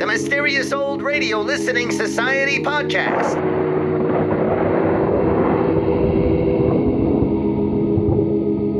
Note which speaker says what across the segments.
Speaker 1: The Mysterious Old Radio Listening Society podcast.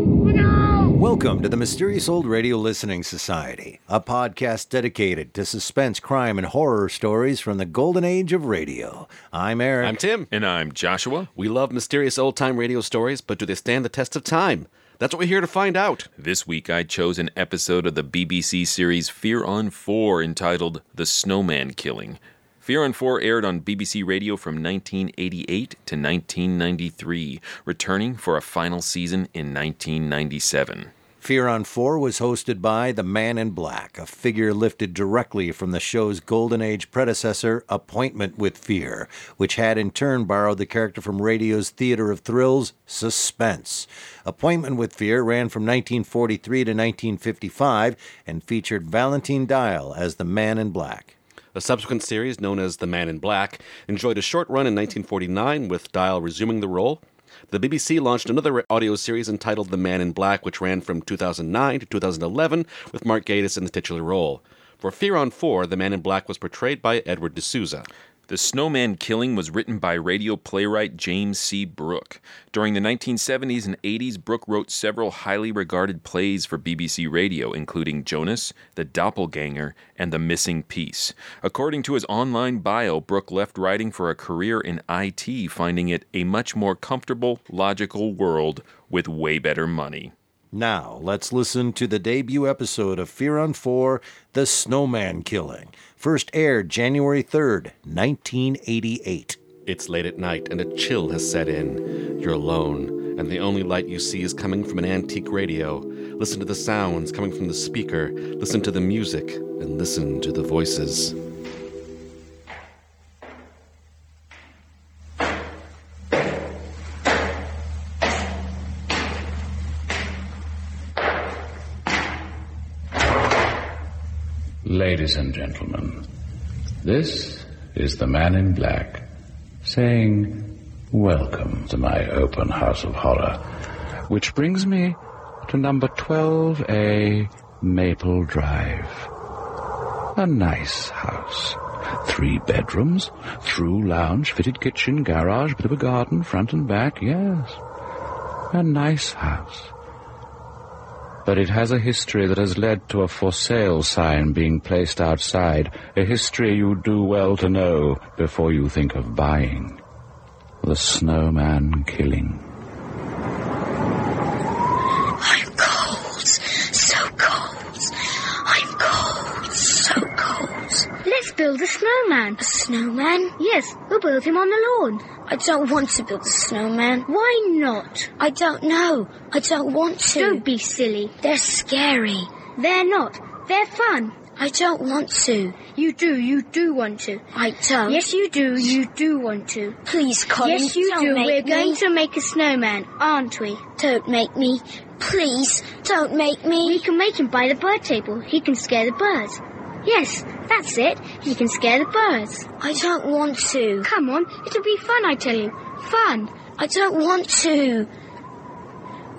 Speaker 2: Welcome to the Mysterious Old Radio Listening Society, a podcast dedicated to suspense, crime, and horror stories from the golden age of radio. I'm Eric.
Speaker 3: I'm Tim.
Speaker 4: And I'm Joshua.
Speaker 3: We love mysterious old time radio stories, but do they stand the test of time? That's what we're here to find out.
Speaker 4: This week I chose an episode of the BBC series Fear on 4 entitled The Snowman Killing. Fear on 4 aired on BBC Radio from 1988 to 1993, returning for a final season in 1997.
Speaker 2: Fear on Four was hosted by The Man in Black, a figure lifted directly from the show's golden age predecessor, Appointment with Fear, which had in turn borrowed the character from radio's theater of thrills, Suspense. Appointment with Fear ran from 1943 to 1955 and featured Valentine Dial as The Man in Black.
Speaker 3: A subsequent series, known as The Man in Black, enjoyed a short run in 1949 with Dial resuming the role. The BBC launched another audio series entitled The Man in Black, which ran from 2009 to 2011 with Mark Gatiss in the titular role. For Fear on 4, The Man in Black was portrayed by Edward D'Souza.
Speaker 4: The Snowman Killing was written by radio playwright James C. Brooke. During the 1970s and 80s, Brooke wrote several highly regarded plays for BBC Radio, including Jonas, The Doppelganger, and The Missing Piece. According to his online bio, Brooke left writing for a career in IT, finding it a much more comfortable, logical world with way better money.
Speaker 2: Now, let's listen to the debut episode of Fear on 4 The Snowman Killing, first aired January 3rd, 1988.
Speaker 3: It's late at night and a chill has set in. You're alone, and the only light you see is coming from an antique radio. Listen to the sounds coming from the speaker, listen to the music, and listen to the voices.
Speaker 5: Ladies and gentlemen, this is the man in black saying, Welcome to my open house of horror, which brings me to number 12A Maple Drive. A nice house. Three bedrooms, through lounge, fitted kitchen, garage, bit of a garden, front and back, yes. A nice house but it has a history that has led to a for sale sign being placed outside, a history you do well to know before you think of buying. The snowman killing.
Speaker 6: I'm cold, so cold. I'm cold, so cold.
Speaker 7: Let's build a snowman.
Speaker 6: A snowman?
Speaker 7: Yes, we'll build him on the lawn.
Speaker 6: I don't want to build a snowman.
Speaker 7: Why not?
Speaker 6: I don't know. I don't want to.
Speaker 7: Don't be silly.
Speaker 6: They're scary.
Speaker 7: They're not. They're fun.
Speaker 6: I don't want to.
Speaker 7: You do, you do want to.
Speaker 6: I don't.
Speaker 7: Yes, you do, you do want to.
Speaker 6: Please, Colin.
Speaker 7: Yes, you
Speaker 6: don't
Speaker 7: do.
Speaker 6: Make
Speaker 7: We're going
Speaker 6: me.
Speaker 7: to make a snowman, aren't we?
Speaker 6: Don't make me. Please, don't make me.
Speaker 7: We can make him by the bird table. He can scare the birds. Yes, that's it. He can scare the birds.
Speaker 6: I don't want to.
Speaker 7: Come on, it'll be fun, I tell you. Fun.
Speaker 6: I don't want to.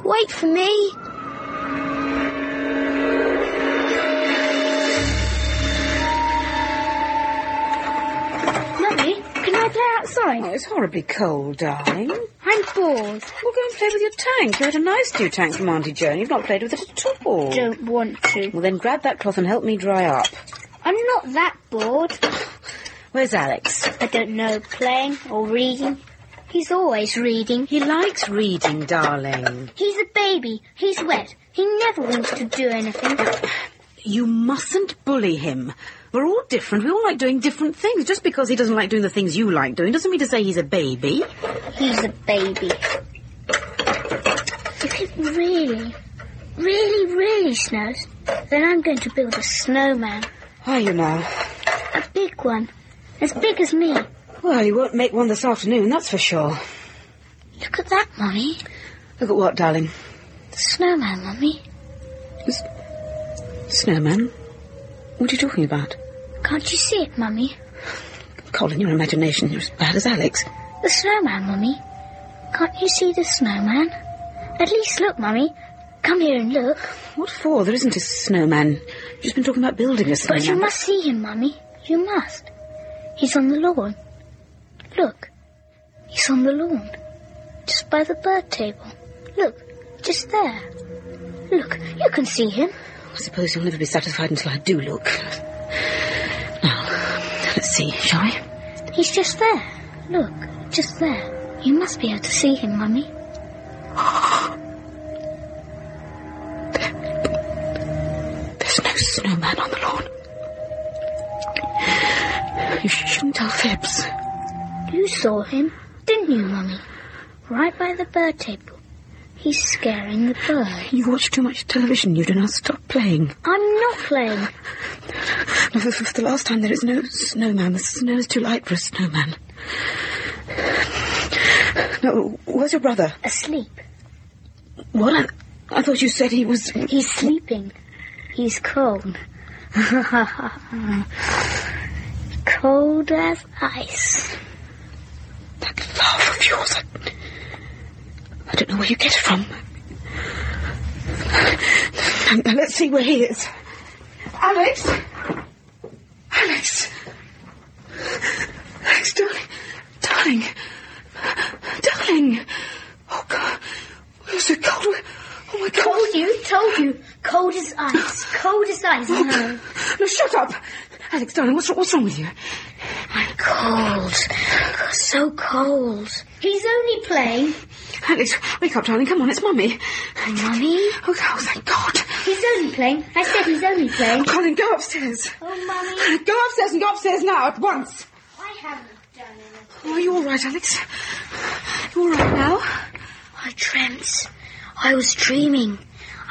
Speaker 6: Wait for me.
Speaker 7: Mummy, can I play outside?
Speaker 8: Oh, it's horribly cold, darling. Well,
Speaker 7: I'm bored.
Speaker 8: go and play with your tank. You had a nice new tank from Auntie Joan. You've not played with it at all.
Speaker 7: Don't want to.
Speaker 8: Well, then grab that cloth and help me dry up.
Speaker 7: I'm not that bored.
Speaker 8: Where's Alex?
Speaker 7: I don't know, playing or reading. He's always reading.
Speaker 8: He likes reading, darling.
Speaker 7: He's a baby. He's wet. He never wants to do anything.
Speaker 8: You mustn't bully him. We're all different. We all like doing different things. Just because he doesn't like doing the things you like doing doesn't mean to say he's a baby.
Speaker 7: He's a baby. If it really, really, really snows, then I'm going to build a snowman.
Speaker 8: Are you now?
Speaker 7: A big one. As big as me.
Speaker 8: Well, you won't make one this afternoon, that's for sure.
Speaker 7: Look at that, Mummy.
Speaker 8: Look at what, darling?
Speaker 7: The snowman, Mummy.
Speaker 8: Snowman. What are you talking about?
Speaker 7: Can't you see it, Mummy?
Speaker 8: Colin, your imagination, you're as bad as Alex.
Speaker 7: The snowman, Mummy. Can't you see the snowman? At least look, Mummy. Come here and look.
Speaker 8: What for? There isn't a snowman. You've just been talking about building a snowman.
Speaker 7: But you must see him, Mummy. You must. He's on the lawn. Look. He's on the lawn. Just by the bird table. Look. Just there. Look. You can see him.
Speaker 8: I suppose you'll never be satisfied until I do look. Now, let's see, shall we?
Speaker 7: He's just there. Look. Just there. You must be able to see him, Mummy.
Speaker 8: There's no snowman on the lawn. You sh- shouldn't tell Phibs.
Speaker 7: You saw him, didn't you, Mummy? Right by the bird table. He's scaring the bird.
Speaker 8: You watch too much television, you do now stop playing.
Speaker 7: I'm not playing.
Speaker 8: No, for, for the last time, there is no snowman. The snow is too light for a snowman. No, where's your brother?
Speaker 7: Asleep.
Speaker 8: What? I, I thought you said he was.
Speaker 7: He's sleeping. He's cold. cold as ice.
Speaker 8: That laugh of yours. I, I don't know where you get it from. Now, now let's see where he is. Alex? Alex? Alex, darling. Darling. Darling. Oh, God. You're so cold. Oh, my God.
Speaker 7: Told you, told you. Cold as ice. Cold as ice. No.
Speaker 8: No, shut up. Alex, darling, what's, what's wrong with you?
Speaker 7: Cold. So cold. He's only playing.
Speaker 8: Alex, wake up, darling. Come on, it's Mummy.
Speaker 7: Mummy?
Speaker 8: Oh, oh, thank God.
Speaker 7: He's only playing. I said he's only playing.
Speaker 8: Colin, go upstairs.
Speaker 7: Oh, Mummy.
Speaker 8: Go upstairs and go upstairs now, at once.
Speaker 7: I haven't done anything.
Speaker 8: Oh, are you all right, Alex? You all right now?
Speaker 7: I dreamt. I was dreaming.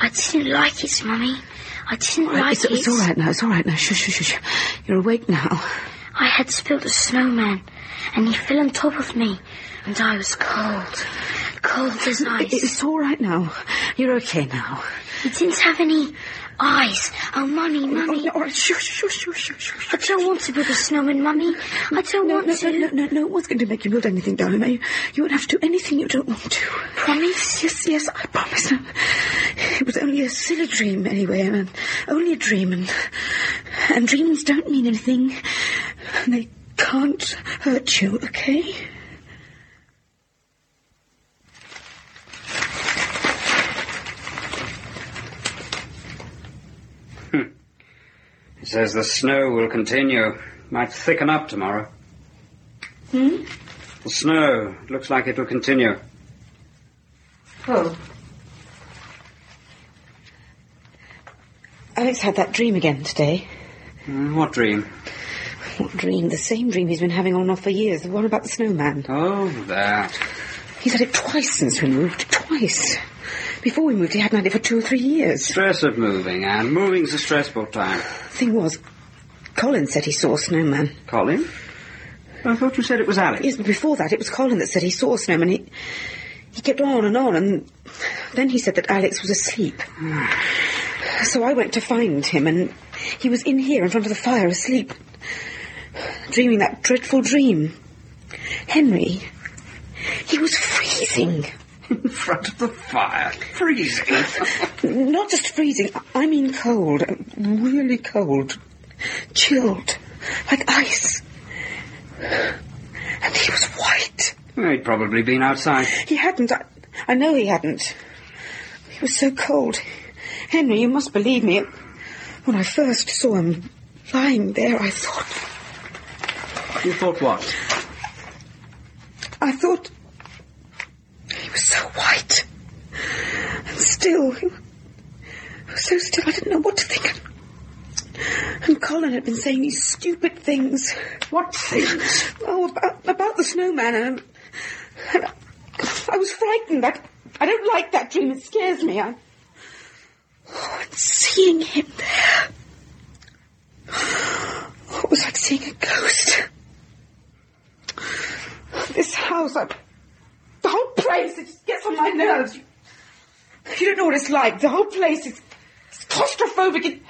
Speaker 7: I didn't like it, Mummy. I didn't like
Speaker 8: it's,
Speaker 7: it.
Speaker 8: it's all right now. It's all right now. Shush, shush, shush. You're awake now.
Speaker 7: I had to build a snowman, and he fell on top of me, and I was cold. Cold as ice.
Speaker 8: It's all right now. You're okay now.
Speaker 7: He didn't have any eyes. Oh, Mummy,
Speaker 8: Oh,
Speaker 7: Mummy.
Speaker 8: no, all right. Shush, shush, shush, shush, shush.
Speaker 7: I don't want to build a snowman, Mummy. I don't
Speaker 8: No,
Speaker 7: want
Speaker 8: no,
Speaker 7: to.
Speaker 8: no, no, no, no one's going to make you build anything, darling. You, you won't have to do anything you don't want to. Promise? Yes, yes, I promise. It was only a silly dream, anyway, and only a dream, and, and dreams don't mean anything. And they can't hurt you, okay?
Speaker 9: It says the snow will continue. Might thicken up tomorrow. Hmm?
Speaker 8: Hmm?
Speaker 9: The snow. Looks like it will continue.
Speaker 8: Oh. Alex had that dream again today.
Speaker 9: Mm, What dream?
Speaker 8: What dream? The same dream he's been having on and off for years. The one about the snowman.
Speaker 9: Oh, that.
Speaker 8: He's had it twice since we moved. Twice. Before we moved, he hadn't had it for two or three years.
Speaker 9: Stress of moving, and moving's a stressful time.
Speaker 8: Thing was, Colin said he saw a snowman.
Speaker 9: Colin? I thought you said it was Alex.
Speaker 8: Yes, but before that, it was Colin that said he saw a snowman. He, he kept on and on, and then he said that Alex was asleep. so I went to find him, and he was in here in front of the fire, asleep, dreaming that dreadful dream. Henry, he was freezing.
Speaker 9: In front of the fire. Freezing.
Speaker 8: Not just freezing, I mean cold. Really cold. Chilled. Like ice. And he was white.
Speaker 9: Well, He'd probably been outside.
Speaker 8: He hadn't. I, I know he hadn't. He was so cold. Henry, you must believe me. When I first saw him lying there, I thought.
Speaker 9: You thought what?
Speaker 8: I thought. He was so white. And still. He was so still, I didn't know what to think. And Colin had been saying these stupid things.
Speaker 9: What things?
Speaker 8: Oh, about, about the snowman, and, and I was frightened. I, I don't like that dream. It scares me. I, oh, and seeing him there. Oh, it was like seeing a ghost. This house, I, the whole place, it just gets on my nerves. You, you don't know what it's like. The whole place is it's claustrophobic. It,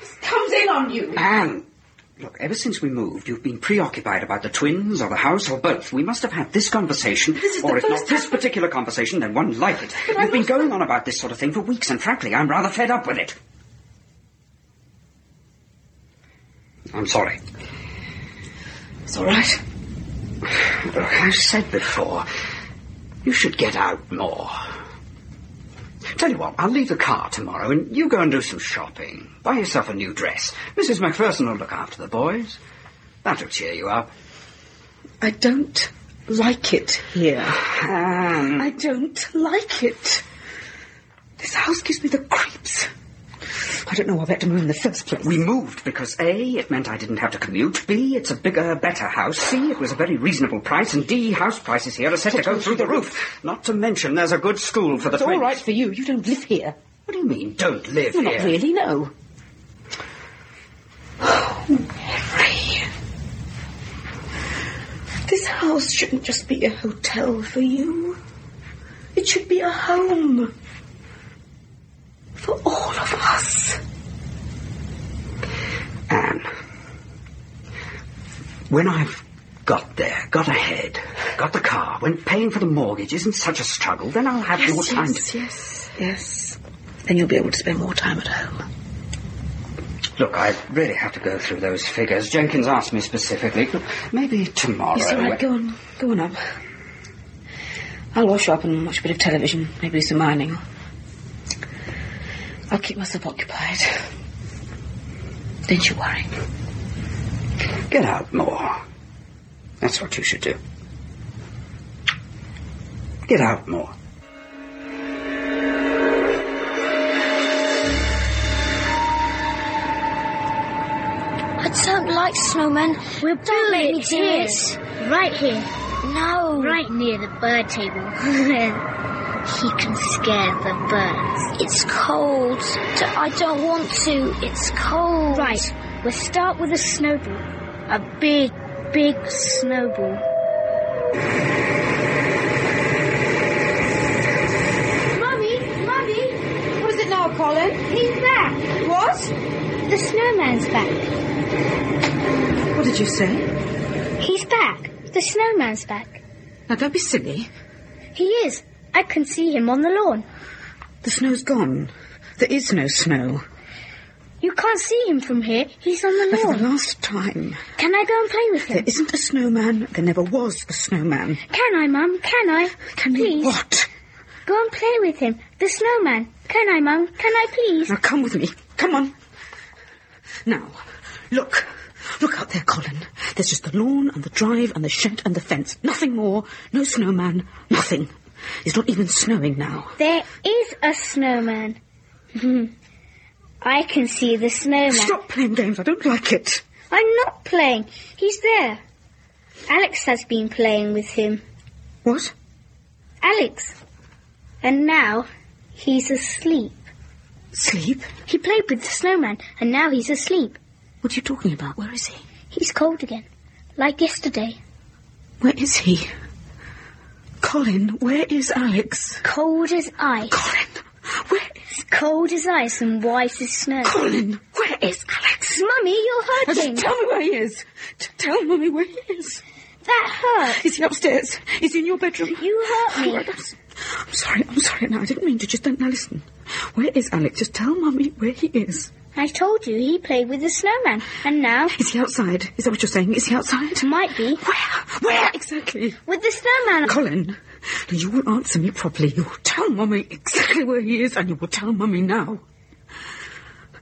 Speaker 8: it's comes in on you.
Speaker 9: Anne, look, ever since we moved, you've been preoccupied about the twins or the house or both. We must have had this conversation,
Speaker 8: This is the
Speaker 9: or if
Speaker 8: first
Speaker 9: not this
Speaker 8: time-
Speaker 9: particular conversation, then one like it.
Speaker 8: But I
Speaker 9: you've been
Speaker 8: must-
Speaker 9: going on about this sort of thing for weeks, and frankly, I'm rather fed up with it. I'm sorry.
Speaker 8: It's all right.
Speaker 9: Look, I've said before, you should get out more. Tell you what, I'll leave the car tomorrow and you go and do some shopping. Buy yourself a new dress. Mrs. Macpherson will look after the boys. That'll cheer you up.
Speaker 8: I don't like it here.
Speaker 9: Um.
Speaker 8: I don't like it. This house gives me the creeps. I don't know why I had to move in the first place.
Speaker 9: We moved because A, it meant I didn't have to commute. B, it's a bigger, better house. C, it was a very reasonable price. And D, house prices here are set to go through the roof. Not to mention there's a good school for the
Speaker 8: it's all
Speaker 9: twins.
Speaker 8: right for you. You don't live here.
Speaker 9: What do you mean, don't live
Speaker 8: Well,
Speaker 9: here?
Speaker 8: not really, no. Oh, Mary. This house shouldn't just be a hotel for you. It should be a home. For all of us.
Speaker 9: Anne, Um, when I've got there, got ahead, got the car, when paying for the mortgage isn't such a struggle, then I'll have more time
Speaker 8: yes, yes, yes. Then you'll be able to spend more time at home.
Speaker 9: to. Look, I really have to go through those figures. Jenkins asked me specifically. Look, maybe tomorrow.
Speaker 8: Yes, all right, go on. Go on up. I'll wash up and watch a bit of television, maybe do some ironing. I'll keep myself occupied. Don't you worry.
Speaker 9: Get out more. That's what you should do. Get out more.
Speaker 6: I don't like snowmen.
Speaker 7: We're
Speaker 6: Don't
Speaker 7: doing
Speaker 6: make me
Speaker 7: it
Speaker 6: do
Speaker 7: here.
Speaker 6: it.
Speaker 7: Right here.
Speaker 6: No.
Speaker 7: Right near the bird table. he can scare the birds.
Speaker 6: It's cold. D- I don't want to. It's cold.
Speaker 7: Right. We'll start with a snowball. A big, big snowball. Mummy! Mummy!
Speaker 8: What is it now, Colin?
Speaker 7: He's back!
Speaker 8: What?
Speaker 7: The snowman's back.
Speaker 8: What did you say?
Speaker 7: He's back. The snowman's back.
Speaker 8: Now, don't be silly.
Speaker 7: He is. I can see him on the lawn.
Speaker 8: The snow's gone. There is no snow.
Speaker 7: You can't see him from here. He's on the
Speaker 8: But for the
Speaker 7: lawn.
Speaker 8: last time,
Speaker 7: Can I go and play with
Speaker 8: there
Speaker 7: him?
Speaker 8: isn't a snowman. There never was a snowman.
Speaker 7: Can I, Mum? Can I?
Speaker 8: Can
Speaker 7: please?
Speaker 8: you what?
Speaker 7: Go and play with him. The snowman. Can I, Mum? Can I please?
Speaker 8: Now come with me. Come on. Now, look. Look out there, Colin. There's just the lawn and the drive and the shed and the fence. Nothing more. No snowman. Nothing. It's not even snowing now.
Speaker 7: There is a snowman. I can see the snowman.
Speaker 8: Stop playing games. I don't like it.
Speaker 7: I'm not playing. He's there. Alex has been playing with him.
Speaker 8: What?
Speaker 7: Alex. And now he's asleep.
Speaker 8: Sleep?
Speaker 7: He played with the snowman and now he's asleep.
Speaker 8: What are you talking about? Where is he?
Speaker 7: He's cold again. Like yesterday.
Speaker 8: Where is he? Colin, where is Alex?
Speaker 7: Cold as ice.
Speaker 8: Colin, where is
Speaker 7: Cold as ice and white as snow.
Speaker 8: Colin? Where is Alex?
Speaker 7: Mummy, you're
Speaker 8: Now
Speaker 7: hurting.
Speaker 8: just tell me where he is. T- tell Mummy where he is.
Speaker 7: That hurt.
Speaker 8: Is he upstairs? Is he in your bedroom?
Speaker 7: You hurt
Speaker 8: Oh,
Speaker 7: me.
Speaker 8: I'm, s- I'm sorry, I'm sorry. No, I didn't mean to. Just don't. Now listen. Where is Alex? Just tell Mummy where he is.
Speaker 7: I told you he played with the snowman, and now
Speaker 8: Is he outside? Is that what you're saying? Is he outside?
Speaker 7: might be
Speaker 8: Where? Where exactly?
Speaker 7: with the snowman.
Speaker 8: Colin, now you will answer me properly. You will tell Mummy exactly where he is, and you will tell Mummy now.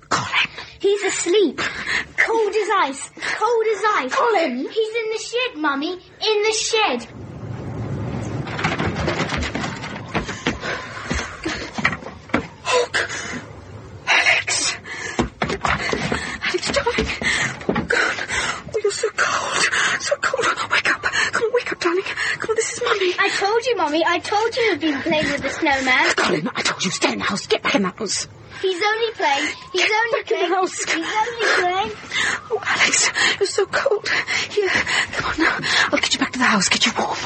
Speaker 8: Colin.
Speaker 7: He's asleep. Cold as ice. Cold as ice. Colin! He's in the shed, Mummy. In the shed.
Speaker 8: Alex! Alex, darling! Oh, God! Oh, you're so cold! So cold! Wake up! Come on, wake up, darling! Come on, this is Mummy!
Speaker 7: I told you, Mummy. I told you he'd been playing with the snowman.
Speaker 8: Colin, I told you, stay in the house! Get back in the house!
Speaker 7: He's only playing. He's only
Speaker 8: Back in the
Speaker 7: playing.
Speaker 8: house.
Speaker 7: He's only playing.
Speaker 8: Oh, Alex, you're so cold. Here, come on now. I'll get you back to the house, get you warm.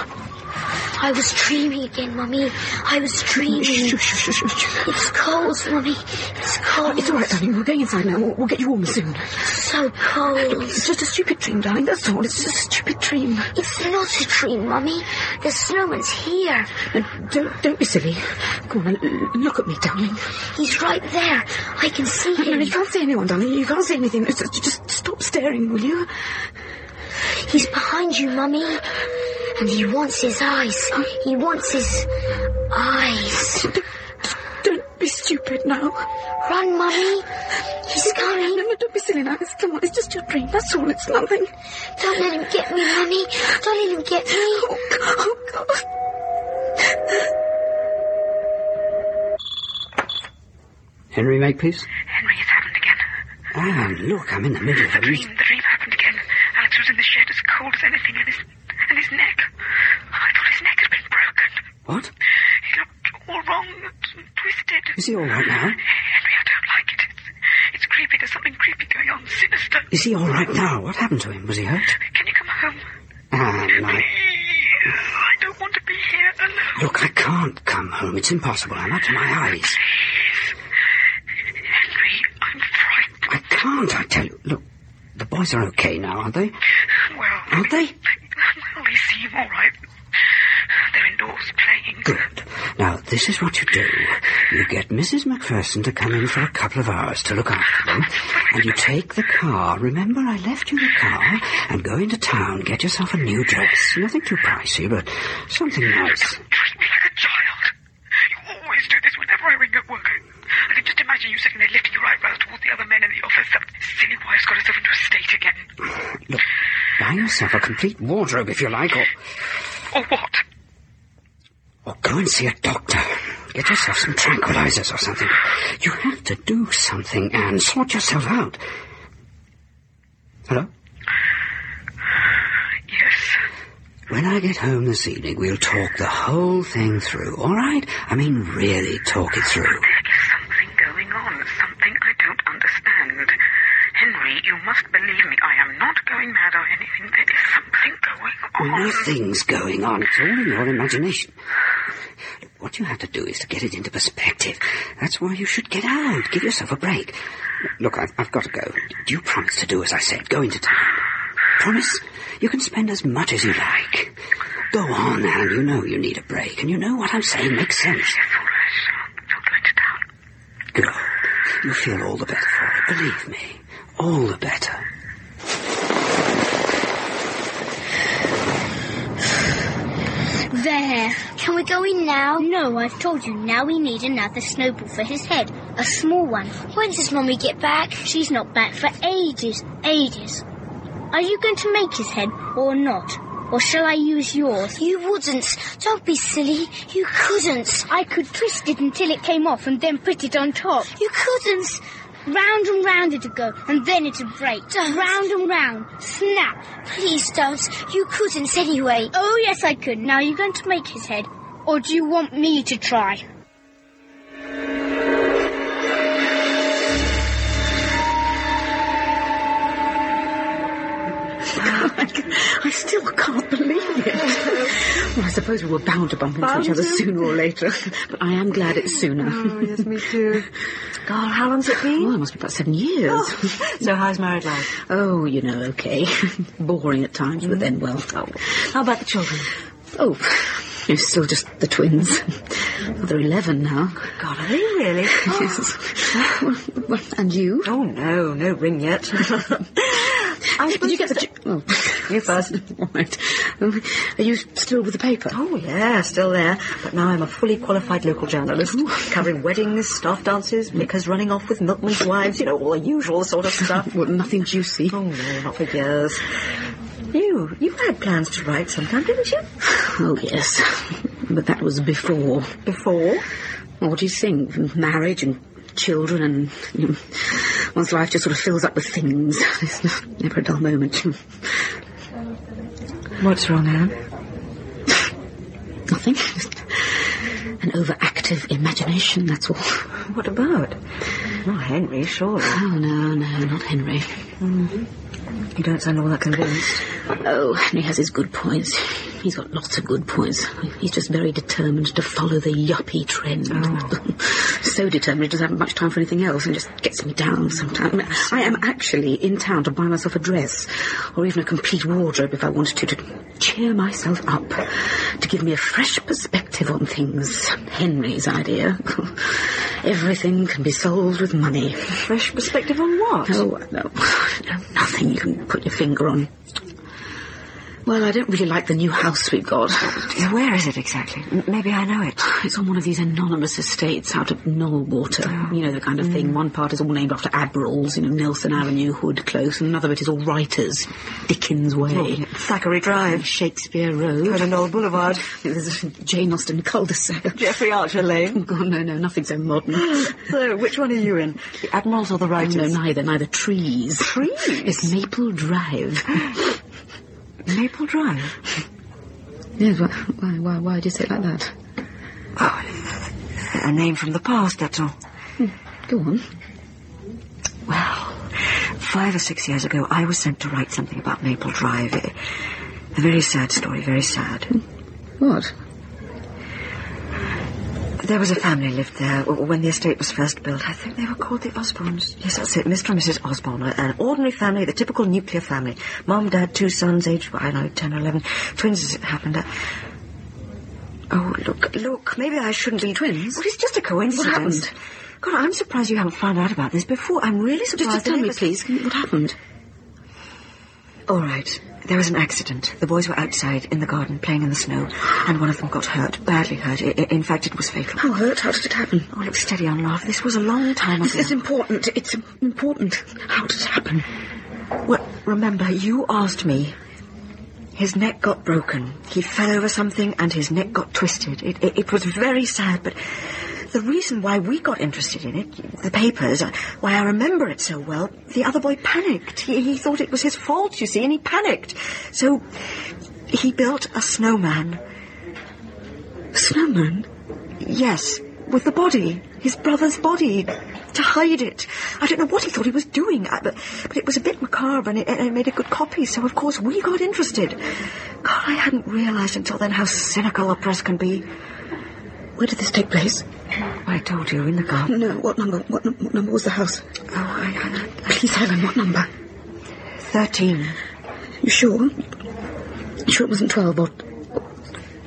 Speaker 10: I was dreaming again, Mummy. I was dreaming.
Speaker 11: Shh, shh, shh, shh, shh.
Speaker 10: It's cold, Mummy. It's cold.
Speaker 11: It's all right, darling. We're going inside now. We'll, we'll get you warmer soon.
Speaker 10: so cold.
Speaker 11: It's just a stupid dream, darling. That's all. It's just a stupid dream.
Speaker 10: It's not a dream, Mummy. The snowman's here.
Speaker 11: And don't don't be silly. Go on, l- look at me, darling.
Speaker 10: He's right there. I can see
Speaker 11: No, no,
Speaker 10: him.
Speaker 11: you can't see anyone, darling. You can't see anything. Just, just stop staring, will you?
Speaker 10: He's behind you, Mummy. And he wants his eyes. He wants his eyes.
Speaker 11: Don't be stupid now.
Speaker 10: Run, Mummy. He's
Speaker 11: No,
Speaker 10: coming.
Speaker 11: no, don't be silly now. It's, come on, it's just your dream. That's all. It's nothing.
Speaker 10: Don't let him get me, Mummy. Don't let him get me.
Speaker 11: Oh, God. Oh, God.
Speaker 8: Henry Makepeace?
Speaker 12: Henry, it happened again.
Speaker 8: Ah, look, I'm in the middle of a
Speaker 12: Dream, the dream happened again. Alex was in the shed as cold as anything, and his, and his neck. I thought his neck had been broken.
Speaker 8: What?
Speaker 12: He looked all wrong and twisted.
Speaker 8: Is he all right now?
Speaker 12: Henry, I don't like it. It's, it's creepy. There's something creepy going on, sinister.
Speaker 8: Is he all right now? What happened to him? Was he hurt?
Speaker 12: Can you come home?
Speaker 8: Ah, no.
Speaker 12: Please. I don't want to be here alone.
Speaker 8: Look, I can't come home. It's impossible. I'm up to my eyes.
Speaker 12: Henry, I'm frightened.
Speaker 8: I can't, I tell you. Look, the boys are okay now, aren't they?
Speaker 12: Well,
Speaker 8: Aren't they?
Speaker 12: well, they seem all right. They're indoors playing.
Speaker 8: Good. Now, this is what you do. You get Mrs. MacPherson to come in for a couple of hours to look after them, and you take the car. Remember, I left you the car, and go into town, get yourself a new dress. Nothing too pricey, but something nice.
Speaker 12: treat me like a child. You always do this whenever I ring at work. I can just imagine you sitting there lifting your eyebrows towards the other men in the office. That silly wife's got herself into a state again.
Speaker 8: Look, buy yourself a complete wardrobe if you like, or,
Speaker 12: Or what?
Speaker 8: or go and see a doctor. Get yourself some tranquilizers or something. You have to do something, Anne. Sort yourself out. Hello?
Speaker 12: Yes.
Speaker 8: When I get home this evening, we'll talk the whole thing through, all right? I mean, really talk it through.
Speaker 12: There is something going on, something I don't understand. Henry, you must believe me. I am not going mad or anything. There is something going on.
Speaker 8: Nothing's going on. It's all in your imagination. Look, What you have to do is to get it into perspective. That's why you should get out. Give yourself a break. Look, I've, I've got to go. Do you promise to do as I said? Go into town. Promise? You can spend as much as you like. Go on, Anne. You know you need a break, and you know what I'm saying makes sense.
Speaker 12: Yes, all right. I'll, I'll go into town.
Speaker 8: Good. You feel all the better for it. Believe me. All the better.
Speaker 7: There.
Speaker 10: Can we go in now?
Speaker 7: No, I've told you. Now we need another snowball for his head. A small one.
Speaker 10: When does Mummy get back?
Speaker 7: She's not back for ages, ages. Are you going to make his head or not? Or shall I use yours?
Speaker 10: You wouldn't. Don't be silly. You couldn't.
Speaker 7: I could twist it until it came off and then put it on top.
Speaker 10: You couldn't.
Speaker 7: Round and round it'd go, and then it'd break.
Speaker 10: Don't.
Speaker 7: Round and round. Snap.
Speaker 10: Please don't. You couldn't anyway.
Speaker 7: Oh, yes, I could. Now you're going to make his head. Or do you want me to try?
Speaker 11: I, I still can't believe it. Well, I suppose we were bound to bump into each other sooner or later, but I am glad it's sooner.
Speaker 13: Oh, yes, me too. God, how long's it been? Oh,
Speaker 11: Well, it must be about seven years.
Speaker 13: So how's married life?
Speaker 11: Oh, you know, okay. Boring at times, but then, well. Oh,
Speaker 13: How about the children?
Speaker 11: oh it's still just the twins. They're 11 now.
Speaker 13: God, are they really?
Speaker 11: Yes. Well, well, and you?
Speaker 13: Oh, no, no ring yet. I
Speaker 11: Did
Speaker 13: suppose
Speaker 11: you get the...
Speaker 13: it's-
Speaker 11: ch- Oh.
Speaker 13: You first.
Speaker 11: All right. Um, are you still with the paper?
Speaker 13: Oh, yeah, still there. But now I'm a fully qualified local journalist, covering weddings, staff dances,
Speaker 11: Mm.
Speaker 13: liquors running off with milkmen's wives, you know, all the usual sort of stuff.
Speaker 11: Well, nothing juicy.
Speaker 13: Oh, no, not for years. You, you had plans to write sometime, didn't you?
Speaker 11: Oh, yes. But that was before.
Speaker 13: Before?
Speaker 11: Well, what do you think? Marriage and children and you know, one's life just sort of fills up with things. There's never a dull moment.
Speaker 13: What's wrong, Anne?
Speaker 11: Nothing. Just an overactive imagination, that's all. Oh,
Speaker 13: What about? Not Henry, surely.
Speaker 11: no, no, not Henry.
Speaker 14: You don't sound all that convinced.
Speaker 8: Oh, and he has his good points. He's got lots of good points. He's just very determined to follow the yuppie trend.
Speaker 14: Oh, so determined he doesn't have much time for anything else and just gets me down sometimes. I, mean, I am actually in town to buy myself a dress or even a complete wardrobe if I wanted to, to cheer myself up, to give me a fresh perspective on things. Henry's idea. Everything can be sold with money.
Speaker 8: Fresh perspective on what?
Speaker 14: Oh, no, no, nothing you can put your finger on. Well, I don't really like the new house we've got.
Speaker 8: Where is it exactly? M- Maybe I know it.
Speaker 14: It's on one of these anonymous estates out of Knollwater.
Speaker 8: Oh.
Speaker 14: You know, the kind of
Speaker 8: Mm.
Speaker 14: thing. One part is all named after admirals, you know, Nelson Avenue, Hood Close, and another bit is all writers. Dickens Way.
Speaker 8: Oh, Thackeray Drive.
Speaker 14: Shakespeare Road.
Speaker 8: Colonel Boulevard.
Speaker 14: There's a Jane Austen cul-de-sac.
Speaker 8: Jeffrey Archer Lane.
Speaker 14: Oh, God, no, no, nothing so modern.
Speaker 8: so, which one are you in? The Admirals or the Writers?
Speaker 14: no, neither, neither. Trees.
Speaker 8: Trees?
Speaker 14: It's Maple Drive.
Speaker 8: Maple Drive.
Speaker 14: yes, why, why, why, why do you say it like that?
Speaker 8: Oh, a name from the past, that's all.
Speaker 14: Hmm, Go on.
Speaker 8: Well, five or six years ago, I was sent to write something about Maple Drive. A a very sad story, very sad.
Speaker 14: Hmm. What?
Speaker 8: There was a family lived there w- when the estate was first built. I think they were called the Osbornes. Yes, that's it. Mr. and Mrs. Osborne. a- An ordinary family, the typical nuclear family. Mom, dad, two sons, aged, well, I don't know, 10 or 11. Twins, as it happened. I- Oh, look, look. Maybe I shouldn't be twins. Well, it's just a coincidence.
Speaker 14: happened?
Speaker 8: God, I'm surprised you haven't found out about this before. I'm really surprised.
Speaker 14: Just, just
Speaker 8: that
Speaker 14: tell
Speaker 8: it
Speaker 14: me,
Speaker 8: was-
Speaker 14: please, what happened?
Speaker 8: All right. There was an accident. The boys were outside in the garden playing in the snow, and one of them got hurt, badly hurt. I- I- in fact, it was fatal.
Speaker 14: How hurt? How did it happen?
Speaker 8: Oh, look steady on, love. This was a long time ago.
Speaker 14: This is important. It's important. How did it happen?
Speaker 8: Well, remember, you asked me. His neck got broken. He fell over something and his neck got twisted. It, it, it was very sad, but the reason why we got interested in it, the papers, uh, why I remember it so well, the other boy panicked. He, he thought it was his fault, you see, and he panicked. So he built a snowman.
Speaker 14: Snowman?
Speaker 8: Yes, with the body, his brother's body, to hide it. I don't know what he thought he was doing, uh, but, but it was a bit macabre and it, and it made a good copy, so of course we got interested. God, I hadn't realised until then how cynical the press can be.
Speaker 14: Where did this take place?
Speaker 8: I told you, in the garden.
Speaker 14: No, what number? What, num- what number was the house?
Speaker 8: Oh, I,
Speaker 14: Please, Helen, what number?
Speaker 8: I, 13.
Speaker 14: You sure? You sure it wasn't 12 or,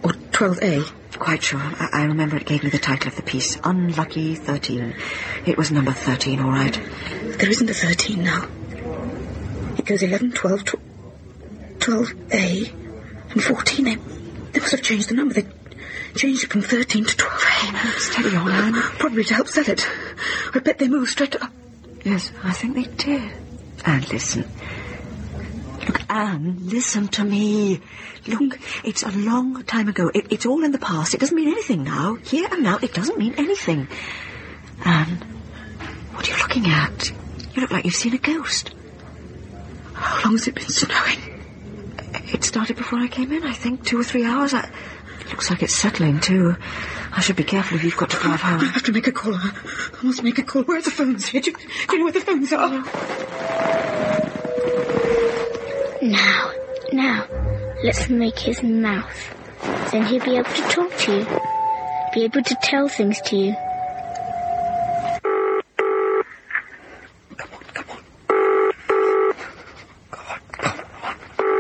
Speaker 14: or 12A?
Speaker 8: Quite sure. I, I remember it gave me the title of the piece, Unlucky 13. It was number 13, all right.
Speaker 14: There isn't a 13 now. It goes 11, 12, tw- 12A, and 14. They, they must have changed the number. They changed it from 13 to 12A.
Speaker 8: Steady on, Anne.
Speaker 14: Probably to help sell it. I bet they moved straight up.
Speaker 8: Yes, I think they did. Anne, listen. Look, Anne, listen to me. Look, it's a long time ago. It, it's all in the past. It doesn't mean anything now. Here and now, it doesn't mean anything. Anne, what are you looking at? You look like you've seen a ghost.
Speaker 14: How long has it been snowing?
Speaker 8: It started before I came in, I think. Two or three hours. I, it looks like it's settling, too. I should be careful if you've got to drive
Speaker 14: I
Speaker 8: home.
Speaker 14: have to make a call. I I must make a call. Where are the phones? Do you, do you know where the phones are?
Speaker 6: Now, now, let's make his mouth. Then he'll be able to talk to you, be able to tell things to you.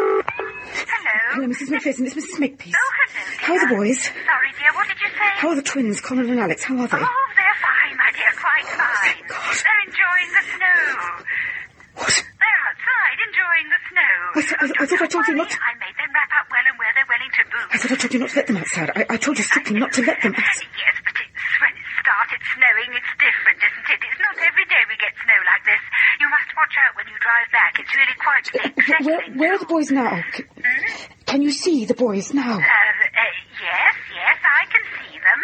Speaker 15: Hello?
Speaker 7: Hello, Mrs. McPherson. It's Mrs. Makepeace.
Speaker 15: Oh, hello.
Speaker 7: How are the boys?
Speaker 15: Sorry, dear, what did you say?
Speaker 7: How are the twins, Colin and Alex? How are they? Oh,
Speaker 15: Oh, they're fine, my dear, quite fine. They're enjoying the snow.
Speaker 7: What?
Speaker 15: They're outside enjoying the snow.
Speaker 7: I thought- I- I thought I told you not to-
Speaker 15: I made them wrap up well and wear their Wellington boots.
Speaker 7: I thought I told you not to let them outside. I, I told you strictly not to let them out.
Speaker 15: Yes, but it's when it started snowing, it's different, isn't it? It's not every day we get snow like this. You must watch out when you drive back. It's really quite Hmm? thick.
Speaker 7: Uh, Wh- Where,
Speaker 15: settling.
Speaker 7: where are the boys now? C- Can you see the boys now?
Speaker 15: Uh, uh, yes, yes, I can see them.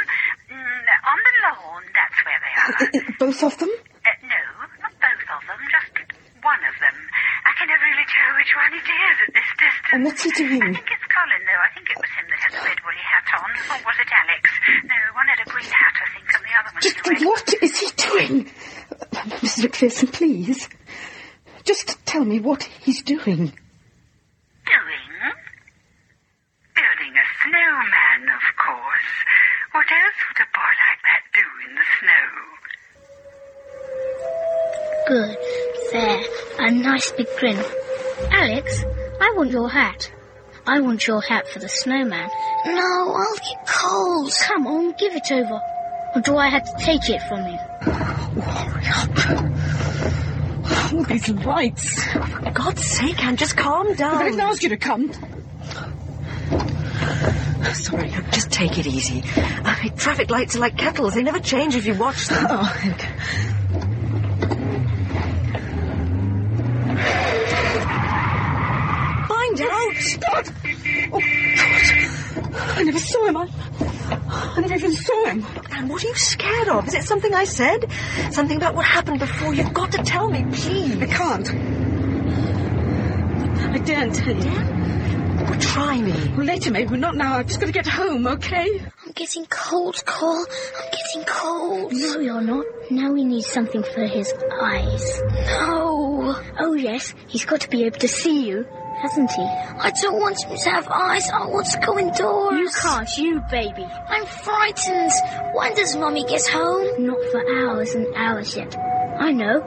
Speaker 15: Mm, on the lawn, that's where they are.
Speaker 7: I- I- uh, Both of them?
Speaker 15: Uh, no, not both of them, just one of them. I can never really tell which one it is at this distance.
Speaker 7: And what's he doing?
Speaker 15: I think it's Colin, though. I think it was him that had the red woolly hat on. Or was it Alex? No, one had a green hat, I think, and the other one
Speaker 7: Just
Speaker 15: had a red.
Speaker 7: what is he doing? Uh, Mrs. McPherson, please.
Speaker 8: Just tell me what he's doing.
Speaker 16: Doing? Building a snowman, of course. What else would a boy like that do in the snow?
Speaker 6: Good. There. A nice big grin. Alex, I want your hat. I want your hat for the snowman.
Speaker 7: No, I'll get cold.
Speaker 6: Come on, give it over. Or do I have to take it from you?
Speaker 8: All these lights.
Speaker 17: For God's sake, Anne, just calm down.
Speaker 8: I didn't ask you to come.
Speaker 17: Sorry, look, just take it easy. I mean, traffic lights are like kettles. They never change if you watch them.
Speaker 8: Oh, okay.
Speaker 17: Find out!
Speaker 8: God! Oh, God. I never saw him. I, I never even saw him.
Speaker 17: Anne, what are you scared of? Is it something I said? Something about what happened before? You've got to tell me, please.
Speaker 8: I can't. I daren't tell you.
Speaker 17: Well, try me.
Speaker 8: Well, later, maybe, but not now. I've just got to get home, okay?
Speaker 7: I'm getting cold, Cole. I'm getting cold.
Speaker 6: No, you're not. Now he needs something for his eyes.
Speaker 7: No.
Speaker 6: Oh, yes, he's got to be able to see you, hasn't he?
Speaker 7: I don't want him to have eyes. I want to go indoors.
Speaker 6: You can't, you baby.
Speaker 7: I'm frightened. When does Mummy get home?
Speaker 6: Not for hours and hours yet. I know.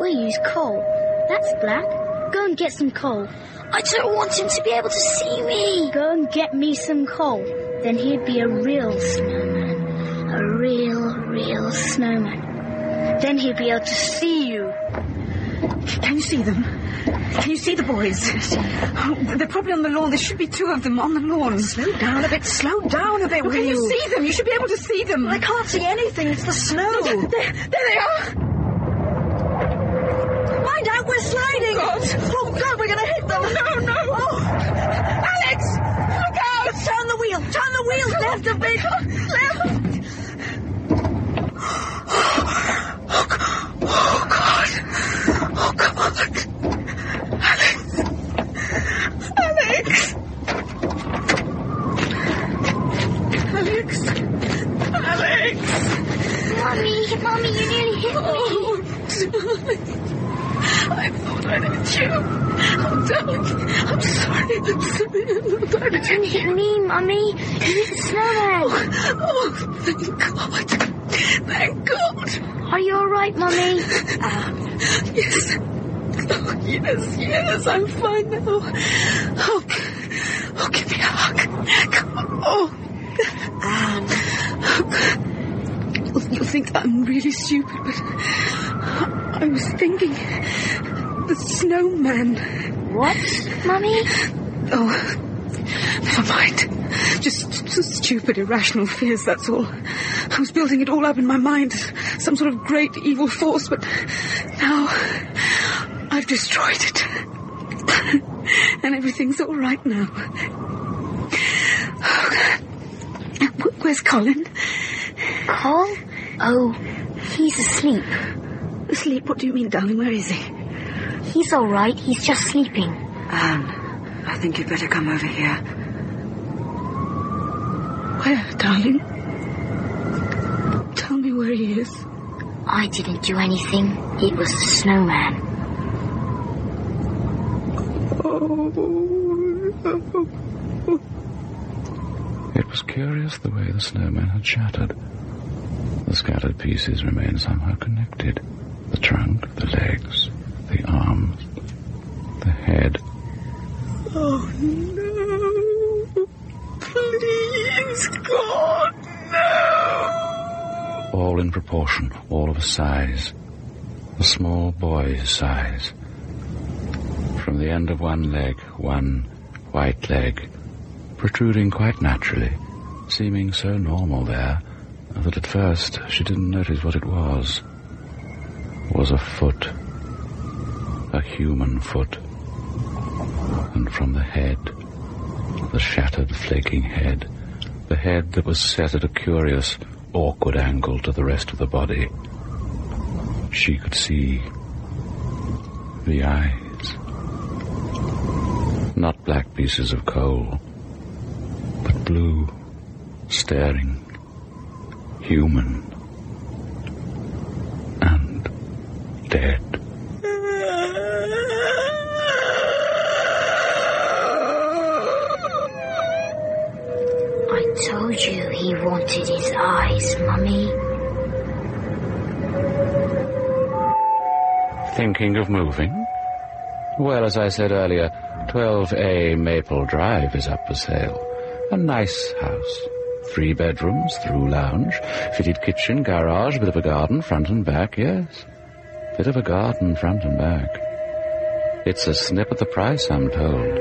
Speaker 6: We use coal. That's black. Go and get some coal.
Speaker 7: I don't want him to be able to see me.
Speaker 6: Go and get me some coal. Then he'd be a real snowman. A real, real snowman. Then he'd be able to see you.
Speaker 8: Can you see them? Can you see the boys? Oh, they're probably on the lawn. There should be two of them on the lawn.
Speaker 17: Slow down a bit. Slow down a bit,
Speaker 8: Well,
Speaker 17: will
Speaker 8: can you
Speaker 17: you?
Speaker 8: see them? You should be able to see them.
Speaker 17: I can't see anything. It's the snow.
Speaker 8: There, there they are.
Speaker 17: Find out we're sliding.
Speaker 8: God.
Speaker 17: Oh, God, we're going to hit them.
Speaker 8: No, no. Oh. Alex, look out!
Speaker 17: Turn the wheel. Turn the wheel. Left a bit. Left.
Speaker 8: Oh, Alex. Alex.
Speaker 7: Mummy, Mummy, you nearly hit me.
Speaker 8: Oh, darling. I thought I'd hit you. Oh, darling. I'm sorry. I'm sorry. I thought I'd hit
Speaker 7: Don't hit me, Mummy. You're the snowman.
Speaker 8: Oh, thank God. Thank God.
Speaker 7: Are you alright, Mummy?
Speaker 8: Yes. Oh, yes, yes. I'm fine now. Oh, oh give me a hug. Come on. Oh. Um, Oh, You think I'm really stupid, but I was thinking the snowman.
Speaker 7: What, Mummy?
Speaker 8: Oh, never mind. Just, just stupid, irrational fears, that's all. I was building it all up in my mind as some sort of great evil force, but now I've destroyed it. and everything's all right now. Oh, Wh- Where's Colin?
Speaker 7: Cole? Oh, he's asleep.
Speaker 8: Asleep? What do you mean, darling? Where is he?
Speaker 7: He's alright. He's just sleeping.
Speaker 17: Anne, Um, I think you'd better come over here.
Speaker 8: Where, darling? Tell me where he is.
Speaker 7: I didn't do anything. It was the snowman.
Speaker 5: It was curious the way the snowman had shattered. The scattered pieces remained somehow connected. The trunk, the legs, the arms, the head.
Speaker 8: Oh no! Please, God, no!
Speaker 5: all in proportion, all of a size, a small boy's size. From the end of one leg, one white leg, protruding quite naturally, seeming so normal there that at first she didn't notice what it was. Was a foot, a human foot, and from the head, the shattered, flaking head, the head that was set at a curious, awkward angle to the rest of the body. She could see the eyes. Not black pieces of coal, but blue, staring, human, and dead.
Speaker 8: Oh,
Speaker 6: told you he wanted his eyes, Mummy.
Speaker 5: Thinking of moving? Well, as I said earlier, 12A Maple Drive is up for sale. A nice house. Three bedrooms, through lounge, fitted kitchen, garage, bit of a garden, front and back, yes. Bit of a garden, front and back. It's a snip at the price, I'm told.